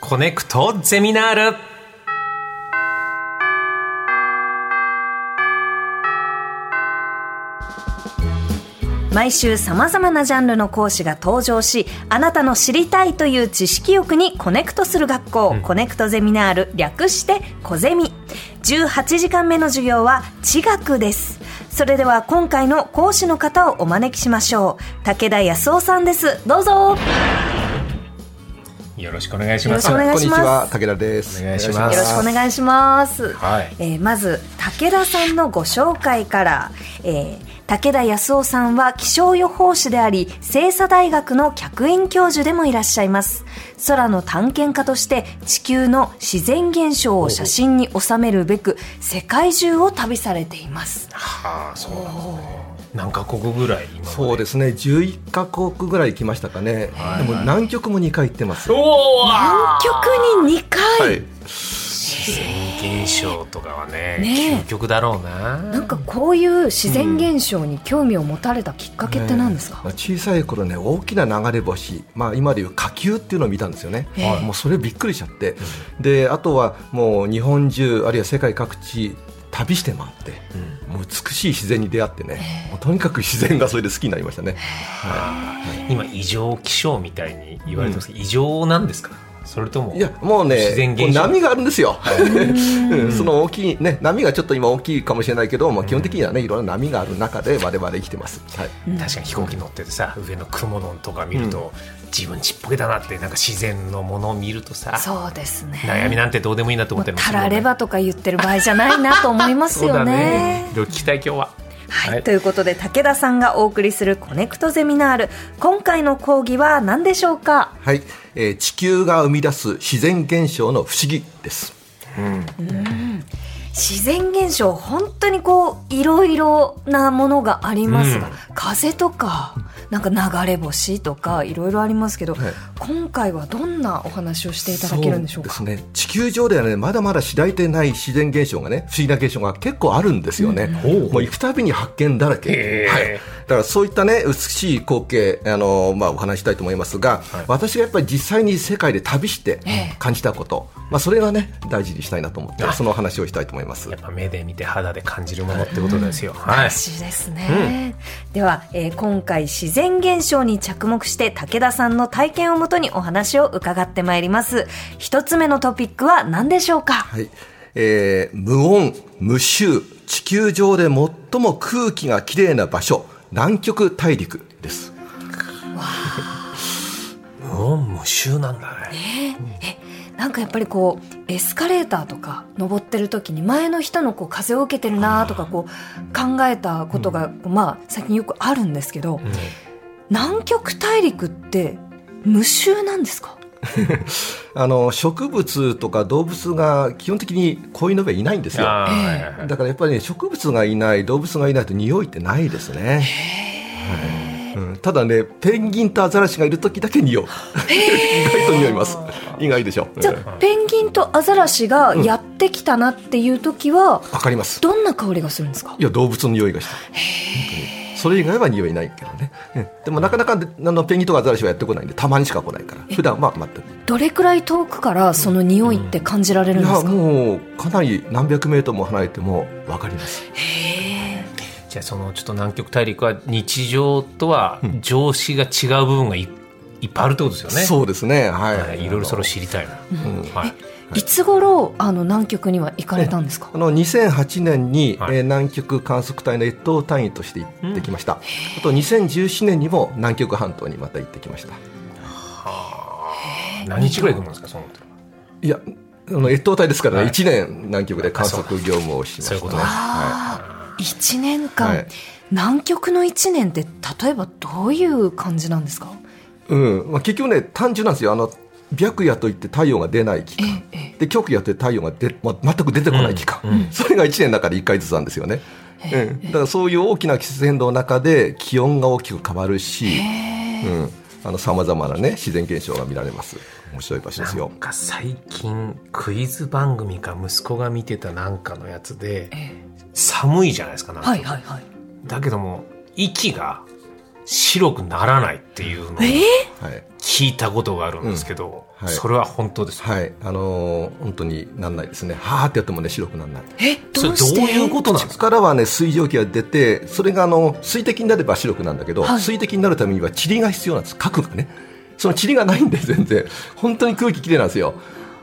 コネクトゼミナール毎週さまざまなジャンルの講師が登場しあなたの知りたいという知識欲にコネクトする学校、コネクトゼミナール略して「コゼミ」18時間目の授業は「地学」ですそれでは今回の講師の方をお招きしましょう武田康夫さんですどうぞよろしくお願いしよまろしすくお願いしまこんにちは武田ですお願いしますすよろしくお願いしますはいえーまず武田さんのご紹介から、えー武田康夫さんは気象予報士であり星槎大学の客員教授でもいらっしゃいます空の探検家として地球の自然現象を写真に収めるべく世界中を旅されていますはあそうなんですね何カ国ぐらい今そうですね11カ国ぐらい行きましたかね、でも南極も2回行ってますおお南極に2回、はい自然現象とかはねね究え極だろうななんかこういう自然現象に興味を持たれたきっかけって何ですか、ね小さい頃ね大きな流れ星、まあ、今でいう火球っていうのを見たんですよね、ええもうそれびっくりしちゃって、であとはもう日本中あるいは世界各地旅して回って、もう美しい自然に出会ってね、もうとにかく自然がそれで好きになりましたね、今異常気象みたいに言われてますけど、異常なんですかそれともいやもうね自然現象こう波があるんですよ、うんその大きい、ね、波がちょっと今大きいかもしれないけど、まあ、基本的にはねいろんな波がある中で我々生きてます、はい、確かに飛行機乗っててさ上の雲のとか見ると、自分ちっぽけだなってなんか自然のものを見るとさそうですね悩みなんてどうでもいいなとも思っうたりもたするもらんねればとか言ってる場合じゃないなと思います そうよだねね。いろいろ聞きたい今日ははい、はいということで武田さんがお送りするコネクトゼミナール今回の講義は何でしょうかはいえー地球が生み出す自然現象の不思議です自然現象本当にこういろいろなものがありますが、うん風とかなんか流れ星とかいろいろありますけど、はい今回はどんなお話をしていただけるんでしょうかそうですね地球上ではねまだまだ知られてない自然現象がね不思議な現象が結構あるんですよね、うんおうもう行くたびに発見だらへけ、ーはい、だからそういったね美しい光景あの、まあ、お話ししたいと思いますが、私がやっぱり実際に世界で旅してええ感じたこと、まあ、それがね大事にしたいなと思ってそのお話をしたいと思いますやっぱ目で見て肌で感じるものってことですよ、はい大事ですね、では、えー今回自然現象に着目して武田さんの体験をもとにお話を伺ってまいります一つ目のトピックは何でしょうかはい。えー無音、無臭、地球上で最も空気がきれいな場所、南極大陸です。無音無臭なんだねなんかやっぱりこうエスカレーターとか登ってる時に前の人のこう風を受けてるなとかこう考えたことが、まあ最近よくあるんですけど、南極大陸って無臭なんですかあの、植物とか動物が基本的に氷の上いないんですよ。あーええはいはいだからやっぱりね、植物がいない、動物がいないと匂いってないですね。はいうん、ただね、ペンギンとアザラシがいる時だけ匂う。 意外と匂います。意外でしょ。じゃうんあペンギンとアザラシがやってきたなっていう時は、わかります。どんな香りがするんですかいや動物の匂いがした本当にそれ以外は匂いないけどね、うんでもなかなかあのペンギンとかアザラシはやってこないんでたまにしか来ないから普段は全くどれくらい遠くからその匂いって感じられるんでいすやか、もうかなり何百メートルも離れても分かりますじゃあそのちょっと南極大陸は日常とは常識が違う部分がい,、っぱいあるってことですよねそうですねはい、はいいろいろそれを知りたいな、はい、い、つ頃あの南極には行かれたんですか、あの2008年に、はいえー南極観測隊の越冬隊員として行ってきました、あと2017年にも南極半島にまた行ってきました何日ぐらい行くもんですかその時いやあの越冬隊ですからね、はい1年南極で観測業務をしました、そういね、うことねああ1年間、はい南極の1年って例えばどういう感じなんですかうんまあ、結局ね単純なんですよあの白夜といって太陽が出ない期間で極夜といって太陽がで、まあ、全く出てこない期間、それが1年の中で1回ずつなんですよね、うん、だからそういう大きな季節変動の中で気温が大きく変わるしさまざまな、ね、自然現象が見られます面白い場所ですなんよか最近クイズ番組か息子が見てたなんかのやつで寒いじゃないですかなんかはいはいはいだけども息が白くならないっていうのをえー、はい、聞いたことがあるんですけど、うんはいそれは本当です、はい、あのー本当になんないですね。はーってやってもね、白くならない。えそれどうしてどういうことなんです口かからはね、水蒸気が出て、それがあの水滴になれば白くなるんだけど、はい水滴になるためには塵が必要なんです。核がね。その塵がないんで、全然。本当に空気きれいなんですよ。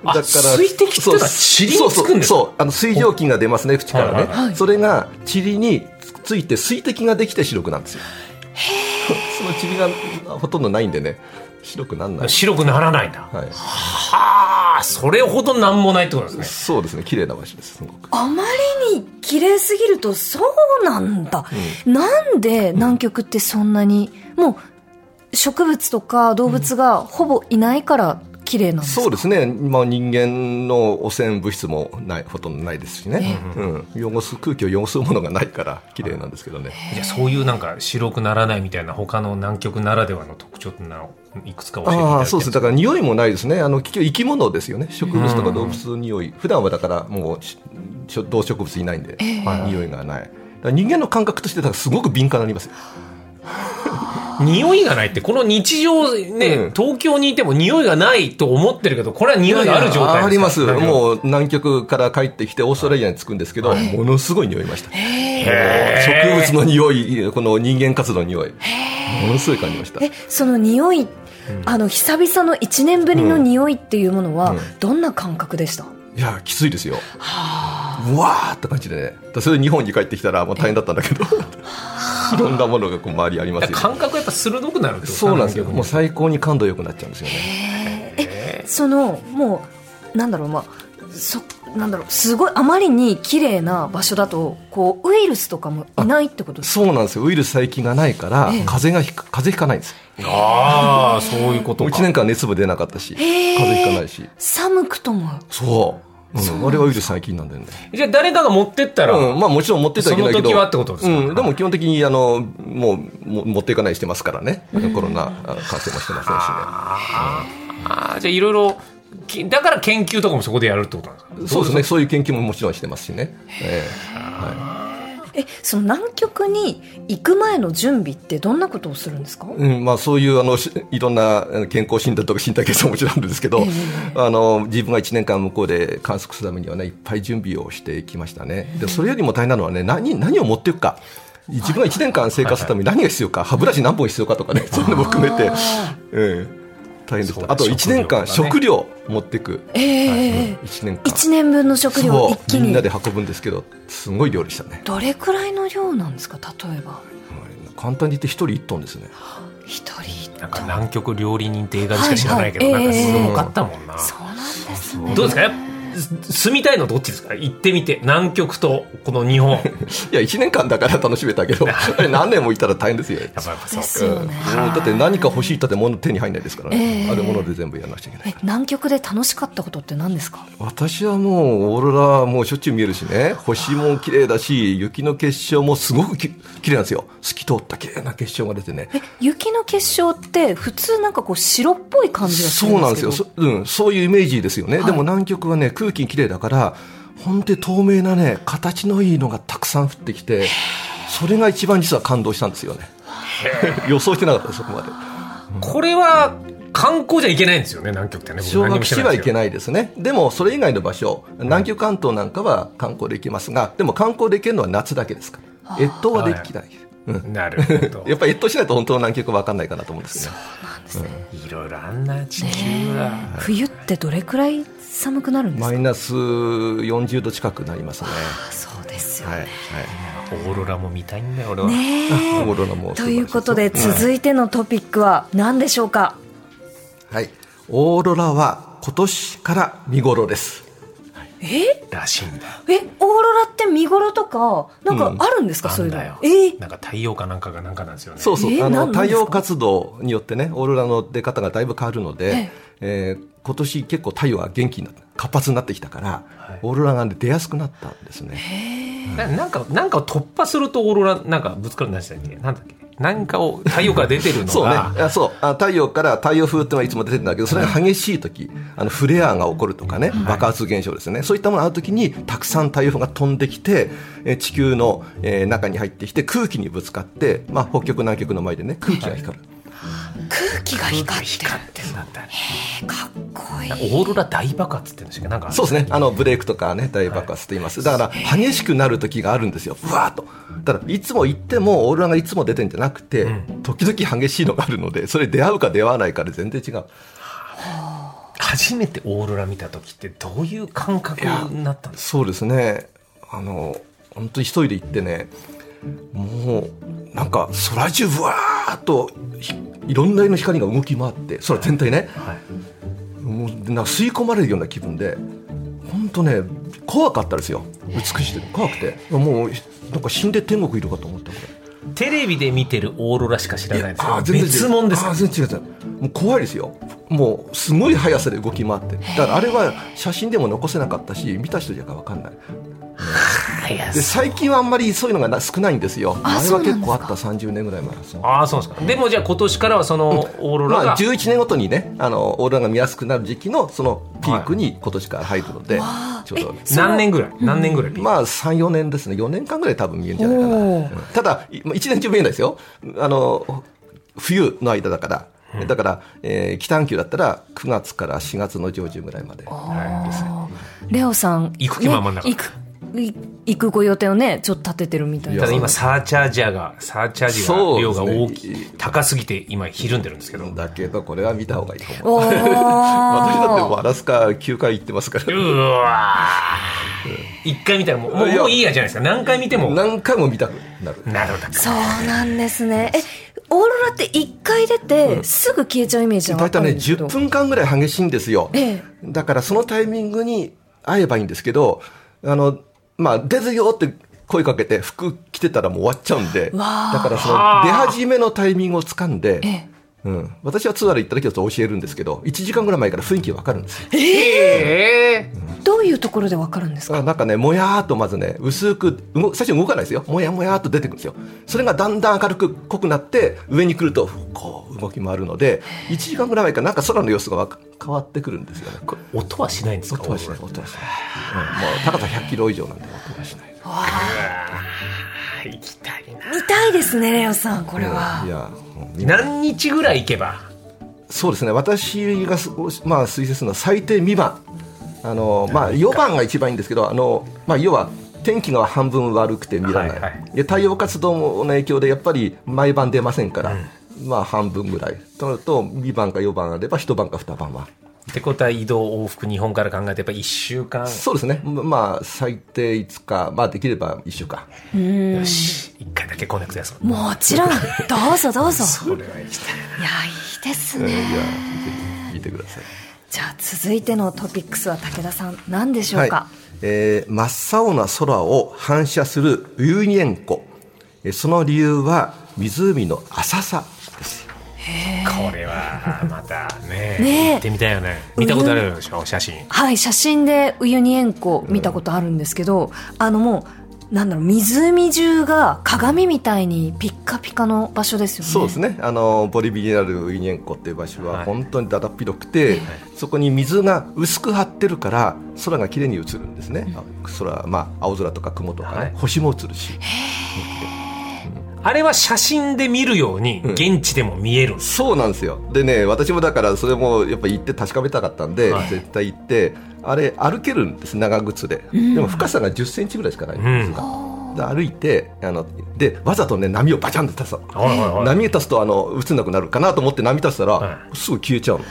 あ水滴ってのは塵につくんですかそうそうそうあの水蒸気が出ますね口からね、はいはいはいそれが塵について水滴ができて白くなるんですよ その塵がほとんどないんでね白くなんない、白くならないんだはい、はあそれほどなんもないってことですねそうですね綺麗な場所ですすごくあまりに綺麗すぎるとそうなんだ、なんで南極ってそんなに、もう植物とか動物がほぼいないから綺麗なんですか、そうですね、まあ、人間の汚染物質もないほとんどないですしね、うん、汚す空気を汚すものがないから綺麗なんですけどね、じゃあそういうなんか白くならないみたいな他の南極ならではの特徴っていうのをいくつか教えていただきあたあいそうですねだから匂いもないですねあの結局生き物ですよね植物とか動物の匂い、普段はだからもうししょ動植物いないんで、はい匂いがないだから人間の感覚としてだからすごく敏感になりますよ匂いがないってこの日常ね、うん東京にいても匂いがないと思ってるけどこれは匂いがある状態ですかありますなんかもう南極から帰ってきてオーストラリアに着くんですけど、ものすごい匂いました、へー植物の匂いこの人間活動の匂いものすごい感じましたえその匂い、あの久々の1年ぶりの匂いっていうものは、うんどんな感覚でした、いやきついですようわーって感じでねだからそれで日本に帰ってきたらもう大変だったんだけどいろんなものがこう周りありまだすかよら感覚やっぱ鋭くなるってことそうなんですよ南もう極最高に感度良くなっちゃうんですよねそのもうなんだろうまあそなんだろうすごいあまりに綺麗な場所だとこうウイルスとかもいないってことですかそうなんですよウイルス細菌がないからええ風邪がひか風邪ひかないんですにああそういうこともうか1年間熱も出なかったし風邪ひかないし寒くともそう、うんあれはウイルス細菌なんだよねじゃあ誰かが持ってったら、うん、まあもちろん持ってってはいけないけど。その時はってことですかうん、でも基本的に、あの、もう、も持っていかないしてますからね。コロナあの感染もしてませあーじゃあいろいろきだから研究とかもそこでやるってことなんですかんしね。そうですね。そういう研究ももちろんしてますしね。ええその南極に行く前の準備ってどんなことをするんですか、えうん、まあそういう、あの、しいろんなあの健康診断とか身体検査ももちろんあるんですけど、あの、自分が1年間向こうで観測するためにはね、いっぱい準備をしてきましたね。で、それよりも大変なのはね、何、何を持っていくか。自分が1年間生活するために何が必要か、歯ブラシ何本必要かとかね、そういうのも含めて、ええ大変でしそうた。だあと1年間食食料持っていく。ええ1年間1年分の食料をそ一う気みんになで運ぶんですけどすごい料理したねどれくらいの量なんですか例えば簡単に言って1人1トンですね一人一なんかトン南極料理人って映画でしか知らないけど、はいはいなんかええすごかったもんな、そうなんですねどうですかやっす住みたいのどっちですか行ってみて南極とこの日本 やっいや1年間だから楽しめたけどあれ何年もいたら大変ですよぱやっぱそうですよねうんもうだって何か欲しいったって物手に入んないですからね、ええあるもので全部やらなくちゃいけないえ南極で楽しかったことって何ですか私はもうオーロラもうしょっちゅう見えるしね星も綺麗だし雪の結晶もすごくき綺麗なんですよ透き通った綺麗な結晶が出てねえ雪の結晶って普通なんかこう白っぽい感じがするそんうなんでですすけどよ、そうん、そういうイメージですよね、はいでも南極はね空気きれいだから本当に透明なね形のいいのがたくさん降ってきてそれが一番実は感動したんですよね 予想してなかったですそこまでこれは観光じゃいけないんですよね南極ってね僕小何にも学知士らなはいいですけけどないですねでもそれ以外の場所南極関東なんかは観光で行けますがでも観光で行けるのは夏だけですから越冬はできない、うんなるほどやっぱり越冬しないと本当の南極分かんないかなと思うんですよねいろいろあんな地球は、冬ってどれくらい寒くなるんですマかイナス40度近くなりますねあそうですよはい、はいオーロラも見たいんだよ俺は、ねえオーロラ も素晴らしいですよということで続いてのトピックは何でしょうか、はい、オーロラは今年から見頃です。えらしいんだよえオーロラって見頃とかなんかあるんですか、あそうんいうのだよ、えーなんか太陽かなんかがなんかなんですよねそうそう、えーあのなんなん太ですか陽活動によってね、オーロラの出方がだいぶ変わるので、えー今年結構太陽が元気になった、活発になってきたから、はいオーロラがね出やすくなったんですね。ななんかなんかを突破するとオーロラなんかぶつかるんでしたっけなんだっけなんかを太陽から出てるのそうね、が、あそうあ太陽から太陽風ってのはいつも出てるんだけど、それが激しい時、あのフレアが起こるとかね、爆発現象ですね。そういったものがある時にたくさん太陽風が飛んできて、えー地球の、えー中に入ってきて空気にぶつかって、まあ北極南極の前でね空気が光る。空気が光ってる光ってんだってかっこいいオーロラ大爆発って言うんでしたっけなんかそうですね、あのブレイクとかね、大爆発と言います、だから激しくなる時があるんですよ、うわーっと。ただいつも行っても、オーロラがいつも出てんじゃなくて、うん時々激しいのがあるので、それ出会うか出会わないかで全然違う。初めてオーロラ見た時ってどういう感覚になったんですそうですね、あの本当に一人で行ってね、もうなんか空中、うわーっとひいろんな色の光が動き回って、空全体ね、か、はい、もうなんか吸い込まれるような気分で、本当ね、怖かったですよ、美しくて、怖くて、もうなんか死んで天国いるかと思ったこれ。テレビで見てるオーロラしか知らないですけどあー全然違う別物ですあかー全然違う違うもう怖いですよもうすごい速さで動き回ってだからあれは写真でも残せなかったし見た人じゃ分かんないいやで最近はあんまりそういうのがな少ないんですよああれそうなはんです結か構あった30年ぐらい前ですああそうなんですかでもじゃあ今年からはそのオーロラが、まあ、11年ごとにねあのオーロラが見やすくなる時期のそのピークに今年から入るので、ちょうどえ何年ぐらい何年ぐらい、まあ34年ですね4年間ぐらい多分見えるんじゃないかなおうんただいまあ一年中見えないですよあの冬の間だから、だから、えー、北半球だったら9月から4月の上旬ぐらいまでレオさん行く気満々だからね行くい行くご予定をねちょっと立ててるみたいいなたやだ今サーチャージャーがサーチャージそがうで量すがね大きい、高すぎて今ひるんでるんですけど、うだけどこれは見た方がいい と思うおー私だってもうアラスカ9回行ってますからわー一回見たらもうもういやもういいやじゃないですか何回見てもな何回も見たくなるるほどそうなんですねえオーロラって一回出てすぐ消えちゃうイメージがあ大った体んねですけど10分間ぐらい激しいんですよ、ええだからそのタイミングに会えばいいんですけどあの、まあ、出るよって声かけて服着てたらもう終わっちゃうんでだわあからそのはあ出始めのタイミングを掴んで、ええうん、私はツアーで行った時はちょっと教えるんですけど1時間ぐらい前から雰囲気わかるんですよええどういうところでわかるんですあかなんかねもやーっとまずね薄く動最初動かないですよもやもやーっと出てくるんですよそれがだんだん明るく濃くなって上に来るとこう動き回るので1時間ぐらい前からなんか空の様子がわか変わってくるんですよねこれ音はしないんですか音はしないオーロ音はしない、うん、もう高さ100キロ以上なんで音はしないラ行きたいな見たいですねレオさんこれはいやもうみんな何日ぐらい行けばそうですね私がす、まあ、推薦するのは最低未満あの、まあ、4番が一番いいんですけどあの、まあ、要は天気が半分悪くて見らない、はいはいで太陽活動の影響でやっぱり毎晩出ませんから、まあ、半分ぐらいとなると2番か4番あれば1晩か2晩はってことは移動往復日本から考えてやっぱ1週間そうですねまあ最低5日、まあ、できれば1週間よし1回だけコネクトやそうもちろんどうぞどうぞそれは行きたいないやいいですいやね見て見てくださいじゃあ続いてのトピックスは武田さん何でしょうはかいえー真っ青な空を反射するウユニ塩湖えーその理由は湖の浅さですこれはまたねねえ行ってみたいよね見たことあるでしょ写真はい、写真でウユニ塩湖見たことあるんですけど、あのもう、なんだろう、湖中が鏡みたいにピッカピカの場所ですよね。そうですねあのボリビアにあるウユニ塩湖っていう場所はいは本当にだだっ広くて、そこに水が薄く張ってるから空が綺麗に映るんですね、あ空まあ青空とか雲とかね、はい星も映るしあれは写真で見るようにうん現地でも見えるんです、そうなんですよでね私もだからそれもやっぱ行って確かめたかったんで、はい絶対行ってあれ歩けるんです長靴で、でも深さが1 0センチぐらいしかないんですが、で歩いてあのでわざとね波をバチャンと足すのはいはいはい波を足すとあの映んなくなるかなと思って波足したら、はすぐ消えちゃうの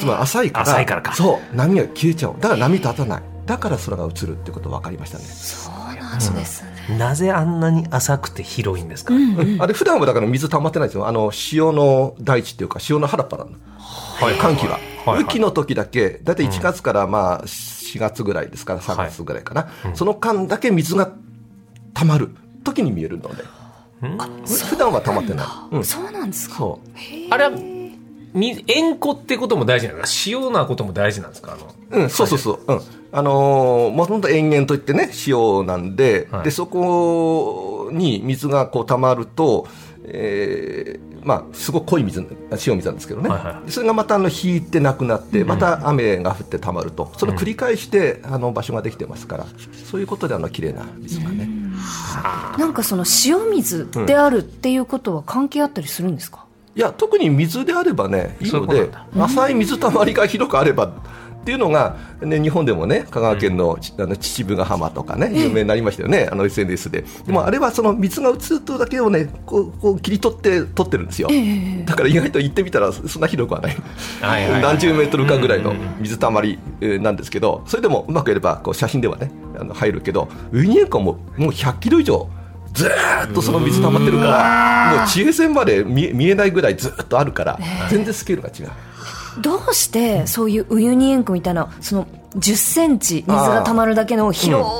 つまり浅いから浅いからかそう波が消えちゃうだから波立たないだから空が映るってこと分かりましたね、そうなんですね。なぜあんなに浅くて広いんですか、あれ普段はだから水溜まってないんですよあの潮の大地っていうか潮の原っぱなのはい寒気は、はいはい雨季の時だけ大体1月からまあ4月ぐらいですから3月ぐらいかな、その間だけ水が溜まる時に見えるので普段は溜まってない、うん、そうなんですか。そあれはみ塩湖ってことも大事なんですか塩なことも大事なんですかあのう、うん、そうそうそう、うん、あのーもともと延々といってね塩なんで,、はいでそこに水がこう溜まるとえーまあ、すごく濃い水塩水なんですけどね、はいはそれがまたあの引いてなくなってまた雨が降って溜まると、それを繰り返してあの場所ができてますからそういうことであの綺麗な水がね、なんかその塩水であるっていうことは関係あったりするんですか、いや特に水であればねいいのそういうでことなん浅い水たまりが広くあればっていうのが、ね、日本でもね香川県の,、あの秩父ヶ浜とかね有名になりましたよね、あの SNS ででもあれはその水が映るとだけをねこうこう切り取って撮ってるんですよ、だから意外と行ってみたらそんな広くはない。はいはいはい何十メートルかぐらいの水たまりえーなんですけどそれでもうまくやればこう写真ではねあの入るけどウニエンコはもうもう100キロ以上ずーっとその水溜まってるからもう地平線まで見え見えないぐらいずーっとあるから全然スケールが違うどうしてそういうウユニ塩湖みたいなその10センチ水が溜まるだけの広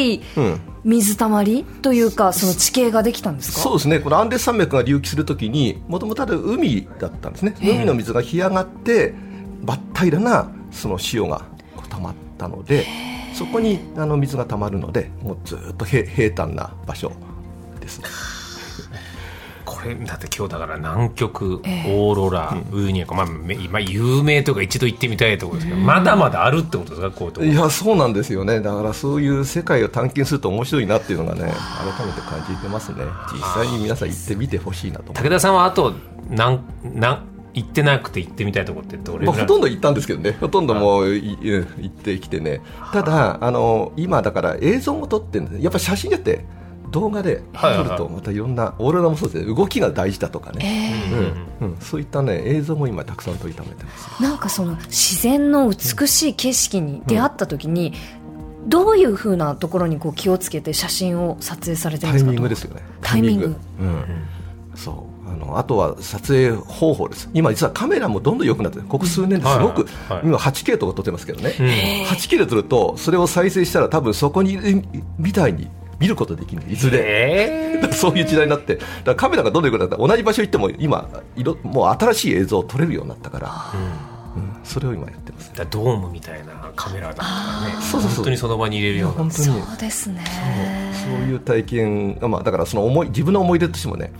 いうん水たまりというかその地形ができたんですかそうですねこのアンデス山脈が隆起するときにもともとある海だったんですね海の水が干上がってばった平らなその塩がこう溜まったのでそこにあの水が溜まるのでもうずーっと平平坦な場所ですこれだって今日だから南極オーロラ、ウユニ塩湖、まあ、め今有名というか一度行ってみたいところですけど、まだまだあるってことですかこういうとこ いやそうなんですよねだからそういう世界を探検すると面白いなっていうのがね改めて感じてますね実際に皆さん行ってみてほしいなと思武田さんはあとなんなん行ってなくて行ってみたいところってどれまぐらい、あ、ほとんど行ったんですけどね、ほとんどもういうん行ってきてね、ただ、あの今、だから映像も撮ってるんでやっぱ写真じゃって、動画ではいはい撮ると、またいろんな、オーロラもそうですね、動きが大事だとかね、うんうんそういったね、映像も今、たくさん撮りためてます。なんかその自然の美しい景色に出会った時に、どういうふうなところにこう気をつけて写真を撮影されてるんタですイかミングですよね。タイミングうん。そう。あのあとは撮影方法です。今実はカメラもどんどん良くなってる、ここ数年ですはいごく、はいはい今 8K とか撮ってますけどね。うん8キロ撮るとそれを再生したら多分そこにいるみたいに見ることできないいずれ、えそういう時代になってだからカメラがどんどん良くなった同じ場所行っても今いろもう新しい映像を撮れるようになったから、うんそれを今やってますー、だドームみたいなカメラだったからねそうそうそう本当にその場に入れるような本当にそうですねそういう体験が、まあ、だからその思い自分の思い出としてもね、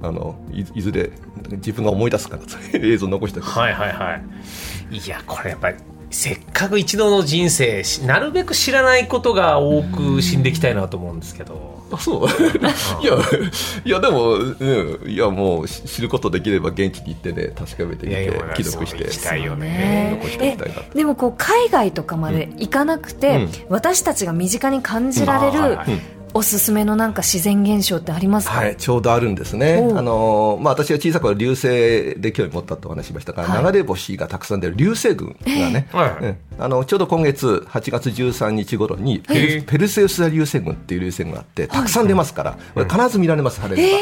うん、あのいいずれ自分が思い出すからそういう映像残しておくはいはいはいいやこれやっぱりせっかく一度の人生しなるべく知らないことが多く死んでいきたいなと思うんですけどあそう いやいやでも、うん、いやもうし知ることできれば現地に行ってね確かめていみやいてや俺は記録しそてう行きたいよねね残しておきたいなとえでもこう海外とかまで行かなくて、私たちが身近に感じられうんるはいはいおすすめのなんか自然現象ってありますか、はい、ちょうどあるんですね。おうあのーまあ、私が小さい頃流星で興味持ったとお話ししましたが、はい流れ星がたくさん出る流星群がね、ええはいうんあのちょうど今月8月13日頃にペルええペルセウス座流星群っていう流星群があってたくさん出ますから、これ必ず見られます晴れれ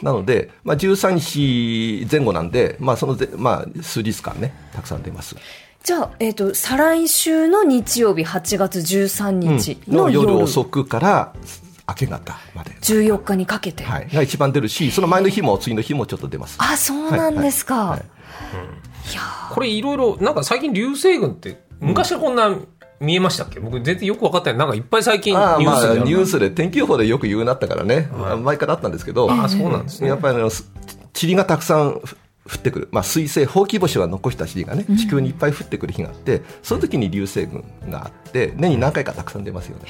ば。なので、まあ、13日前後なんで、まあ、そのぜ、まあ、数日間ね、たくさん出ます。じゃあ、えっと再来週の日曜日8月13日のの夜,、夜遅くから明け方まで。 14日にかけて、はい、が一番出るし、その前の日も次の日もちょっと出ます。あそうなんですか、はいはいこれいろいろなんか最近流星群って昔はこんな見えましたっけ僕全然よく分かってないなんかいっぱい最近ニああューまスでああるニュースで天気予報でよく言うようになったからね、はい前からあったんですけど、ああそうなんですねやっぱりあのす塵がたくさんふ降ってくる、まあ、水星、ほうき星が残した塵がね、地球にいっぱい降ってくる日があって、その時に流星群があって、年に何回かたくさん出ますよね。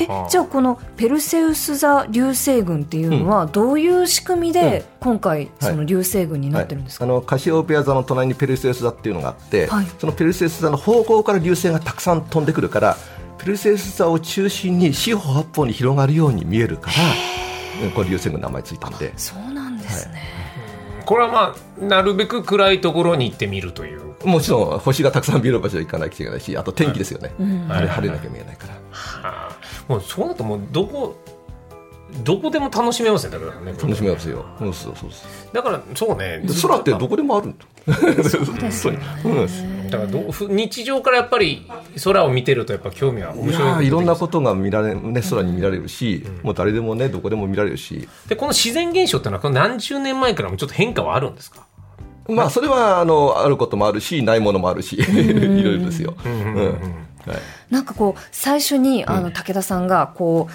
えはあじゃあこのペルセウス座流星群っていうのはどういう仕組みで今回その流星群になってるんですか、はいあのカシオペア座の隣にペルセウス座っていうのがあって、はいそのペルセウス座の方向から流星がたくさん飛んでくるからペルセウス座を中心に四方八方に広がるように見えるから、うんこれ流星群の名前ついたんでそうなんですね、これはまあなるべく暗いところに行ってみると いうもちろん星がたくさん見える場所は行かなきゃいけないしあと天気ですよね、うんあれ晴れなきゃ見えないから、あーもうそうなるともうどこどこでも楽しめますねだからね楽しめますよ、うん、そうそうそうだからそうねで空ってどこでもあるんだそうですね、うんだからどうふ日常からやっぱり空を見てるとやっぱ興味は面いや白ーいいろんなことが見られ、ね、空に見られるし、もう誰でもねどこでも見られるし、でこの自然現象ってのはこの何十年前からもちょっと変化はあるんですかまあそれはあのあることもあるしないものもあるしいろいろですよ、うんはいなんかこう最初にあの武田さんがこう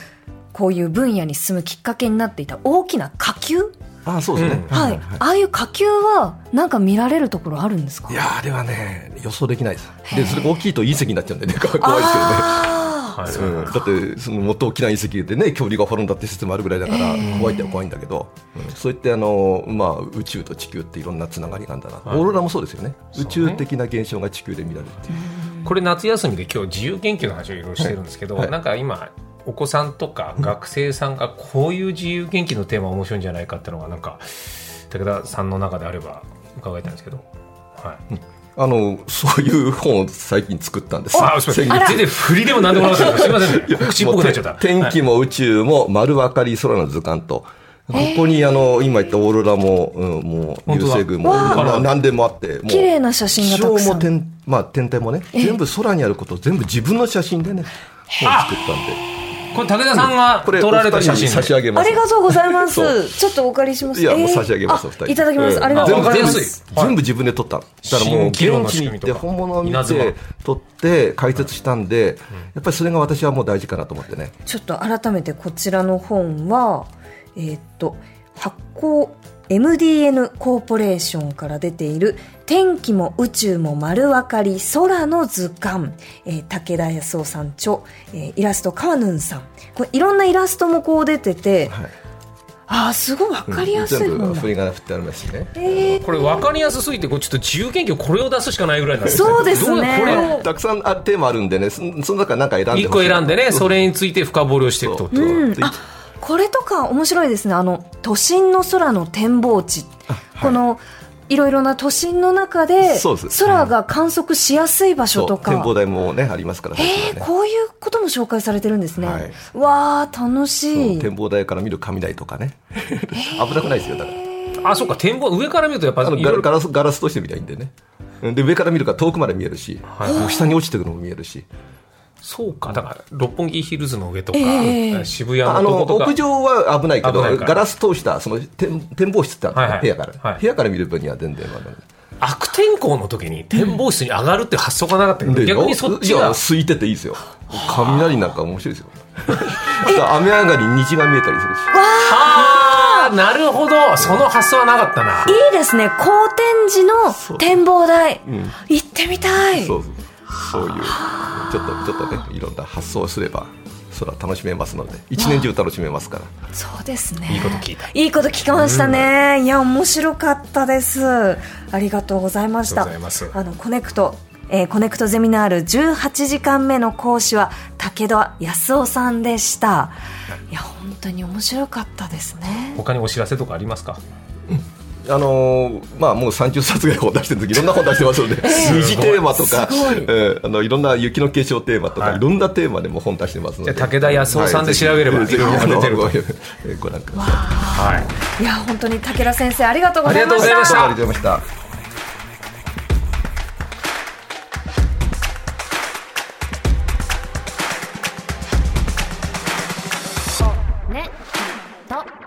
こういう分野に進むきっかけになっていた大きな火球、ああそうですね、うんはいああいう火球はなんか見られるところあるんですかいやーあれはね予想できないですでそれが大きいと隕石になっちゃうんでね怖いですけどねあはいうんだってそのもっと大きな隕石でね恐竜が滅んだって説もあるぐらいだから怖いっては怖いんだけど、うんそういってあの、まあ、宇宙と地球っていろんなつながりがあるんだな、いオーロラもそうですよねう宇ね宙的な現象が地球で見られるっていうこれ夏休みで今日自由研究の話をいろいろしてるんですけど、はいはいなんか今お子さんとか学生さんがこういう自由研究のテーマ面白いんじゃないかっていうのがなんか武田さんの中であれば伺いたいんですけど。はい、あのそういう本を最近作ったんですあすみません全然振りでも何でもなか ったすみませんね口っぽくなっちゃったもう天天気も宇宙も丸分かり空の図鑑と、ここにあの今言ったオーロラも、うん、もう本当だ流星群も、わあまあ何でもあってもう綺麗な写真がたくさん気象も天,、まあ、天体もね全部空にあることを全部自分の写真でねもう作ったんでこれ武田さんが撮られた写お二人真に差し上げまあすりがとうございまそす。ちょっとお借りします。いや、もうえー差し上げます、お二人。あいただきます。うんありがとうございまわかりやすす。全部自分で撮ったの。だからも蜃う、気現地楼の仕に組み行っとかて本物を見稲妻て、撮って、解説したんで、やっぱりそれが私はもう大事かなと思ってね。ちょっと改めてこちらの本は、えーっと、発行 MDN コーポレーションから出ている天気も宇宙も丸分かり空の図鑑、えー武田康夫さん著、えーイラストカーヌンさんこれいろんなイラストもこう出てて、はいああすごい分かりやすい全本部、だ、振りが振ってありますしね。えーこれ分かりやすすぎてこれちょっと自由研究これを出すしかないぐらいなんですそうですねどうこれをたくさんあテーマあるんでね、そその中なんか選んでほしい一個選んでねそれについて深掘りをしていくとそううんであこれとか面白いですねあの都心の空の展望地、このいろいろな都心の中でそうです空が観測しやすい場所そとう、展か望台もね、ありますからね。えー、こういうことも紹介されてるんですね、はいわー楽しそうい展望台から見る雷とかね。危なくないですよ、だから。あそうか展望上から見るとやっぱあのいろガいろラガラスガラス通してみたいんでね。うんで、上から見るから遠くまで見えるし、いもう下に落ちてくのも見えるし。そうかだから六本木ヒルズの上とか、ええ渋谷あののとことか屋上は危ないけ危どない、からガラス通したその展展望室ってあるんですはよいはい部屋から、はい部屋から見る分には全然まだ悪天候の時に展望室に上がるって発想がなかったけど、で逆にそっちいやが空いてていいですよ雷なんか面白いですよ あと雨上がりに虹が見えたりするしああなるほどその発想はなかったないいですね高天寺の展望台、行ってみたいそうそうそういうちょっとちょっとねいろんな発想をすれば空楽しめますので一年中楽しめますからそうですねいいこと聞いたいいこと聞きましたね、いや面白かったですありがとうございましたありがとうございますあのコネクトえーコネクトゼミナール18時間目の講師は武田康夫さんでしたいや本当に面白かったですね他にお知らせとかありますかあのーまあ、もう30冊ぐらい本出してるんですけどいろんな本出してますので、 虹テーマとかすごいえーあのいろんな雪の継承テーマとか、はいい、ろんなテーマでも本出してますのでじゃあ武田康夫さんで調べればはいぜひいろいろ出てるとぜひ あのごご覧くださいはいいや本当に武田先生ありがとうごありざいがとまうごしざいたましどうもありたがとうございましたねと